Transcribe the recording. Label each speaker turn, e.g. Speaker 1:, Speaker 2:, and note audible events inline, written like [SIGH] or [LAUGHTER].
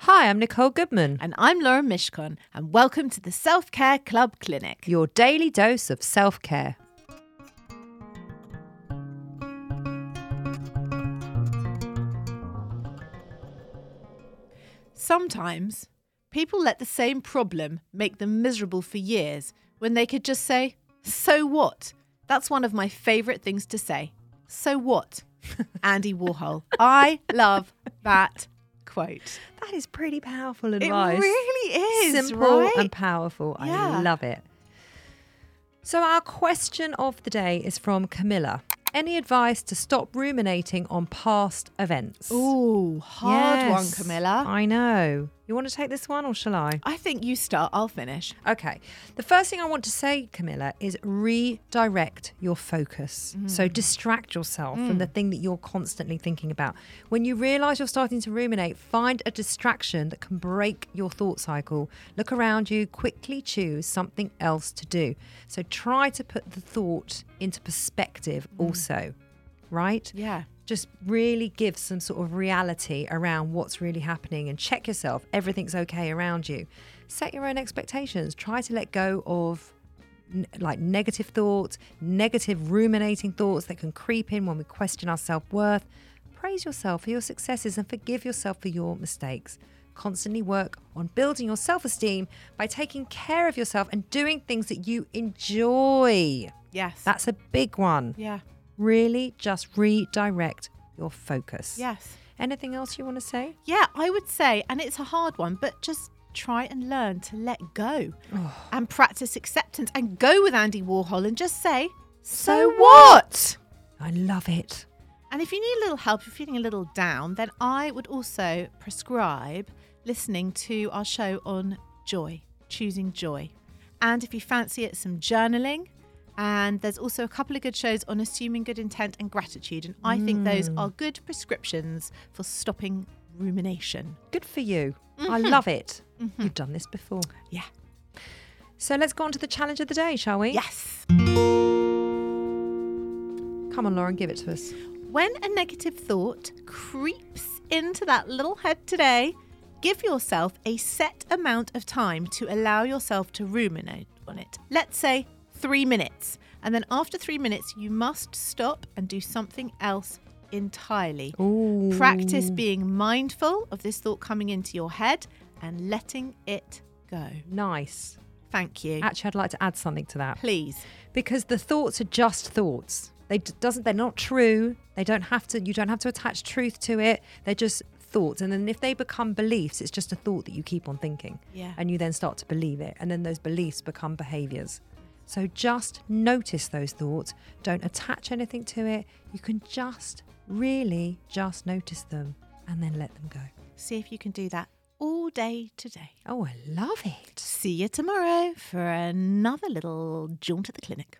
Speaker 1: Hi, I'm Nicole Goodman,
Speaker 2: And I'm Laura Mishkon, and welcome to the Self Care Club Clinic.
Speaker 1: your daily dose of self care.
Speaker 2: Sometimes people let the same problem make them miserable for years when they could just say, So what? That's one of my favourite things to say. So what? Andy Warhol. I love that quote.
Speaker 1: [LAUGHS] That is pretty powerful advice.
Speaker 2: It really is.
Speaker 1: Simple
Speaker 2: right?
Speaker 1: and powerful. I
Speaker 2: Yeah.
Speaker 1: love it. So, our question of the day is from Camilla. Any advice to stop ruminating on past events?
Speaker 2: Ooh, hard one,
Speaker 1: Yes,
Speaker 2: Camilla.
Speaker 1: I know. You want to take this one or shall I?
Speaker 2: I think you start, I'll finish.
Speaker 1: Okay. The first thing I want to say, Camilla, is redirect your focus. So distract yourself from the thing that you're constantly thinking about. When you realize you're starting to ruminate, find a distraction that can break your thought cycle. Look around you, quickly choose something else to do. So try to put the thought into perspective also, right?
Speaker 2: Yeah.
Speaker 1: just really give some sort of reality around what's really happening and check yourself everything's okay around you set your own expectations try to let go of n- like negative thoughts negative ruminating thoughts that can creep in when we question our self-worth praise yourself for your successes and forgive yourself for your mistakes constantly work on building your self-esteem by taking care of yourself and doing things that you enjoy
Speaker 2: Yes.
Speaker 1: that's a big one
Speaker 2: yeah.
Speaker 1: really just redirect your focus.
Speaker 2: Yes.
Speaker 1: Anything else you want to say?
Speaker 2: Yeah, I would say, and it's a hard one, but just try and learn to let go and practice acceptance and go with Andy Warhol and just say,
Speaker 1: So
Speaker 2: So, what?
Speaker 1: I love it.
Speaker 2: And if you need a little help, if you're feeling a little down, then I would also prescribe listening to our show on joy, choosing joy. And if you fancy it, some journaling. And there's also a couple of good shows on assuming good intent and gratitude. And I think those are good prescriptions for stopping rumination.
Speaker 1: Good for you. I love it. You've done this before.
Speaker 2: Yeah.
Speaker 1: So let's go on to the challenge of the day, shall we?
Speaker 2: Yes.
Speaker 1: Come on, Lauren, give it to us.
Speaker 2: When a negative thought creeps into that little head today, give yourself a set amount of time to allow yourself to ruminate on it. Let's say three minutes. And then after three minutes, you must stop and do something else entirely.
Speaker 1: Ooh.
Speaker 2: Practice being mindful of this thought coming into your head and letting it go.
Speaker 1: Nice.
Speaker 2: Thank you.
Speaker 1: Actually, I'd like to add something to that
Speaker 2: Please.
Speaker 1: because the thoughts are just thoughts. They d- doesn't. They're not true. They don't have to. You don't have to attach truth to it. They're just thoughts. And then if they become beliefs, it's just a thought that you keep on thinking.
Speaker 2: Yeah.
Speaker 1: and you then start to believe it and then those beliefs become behaviors so just notice those thoughts don't attach anything to it you can just really just notice them and then let them go
Speaker 2: See if you can do that all day today.
Speaker 1: oh i love it
Speaker 2: See you tomorrow for another little jaunt at the clinic.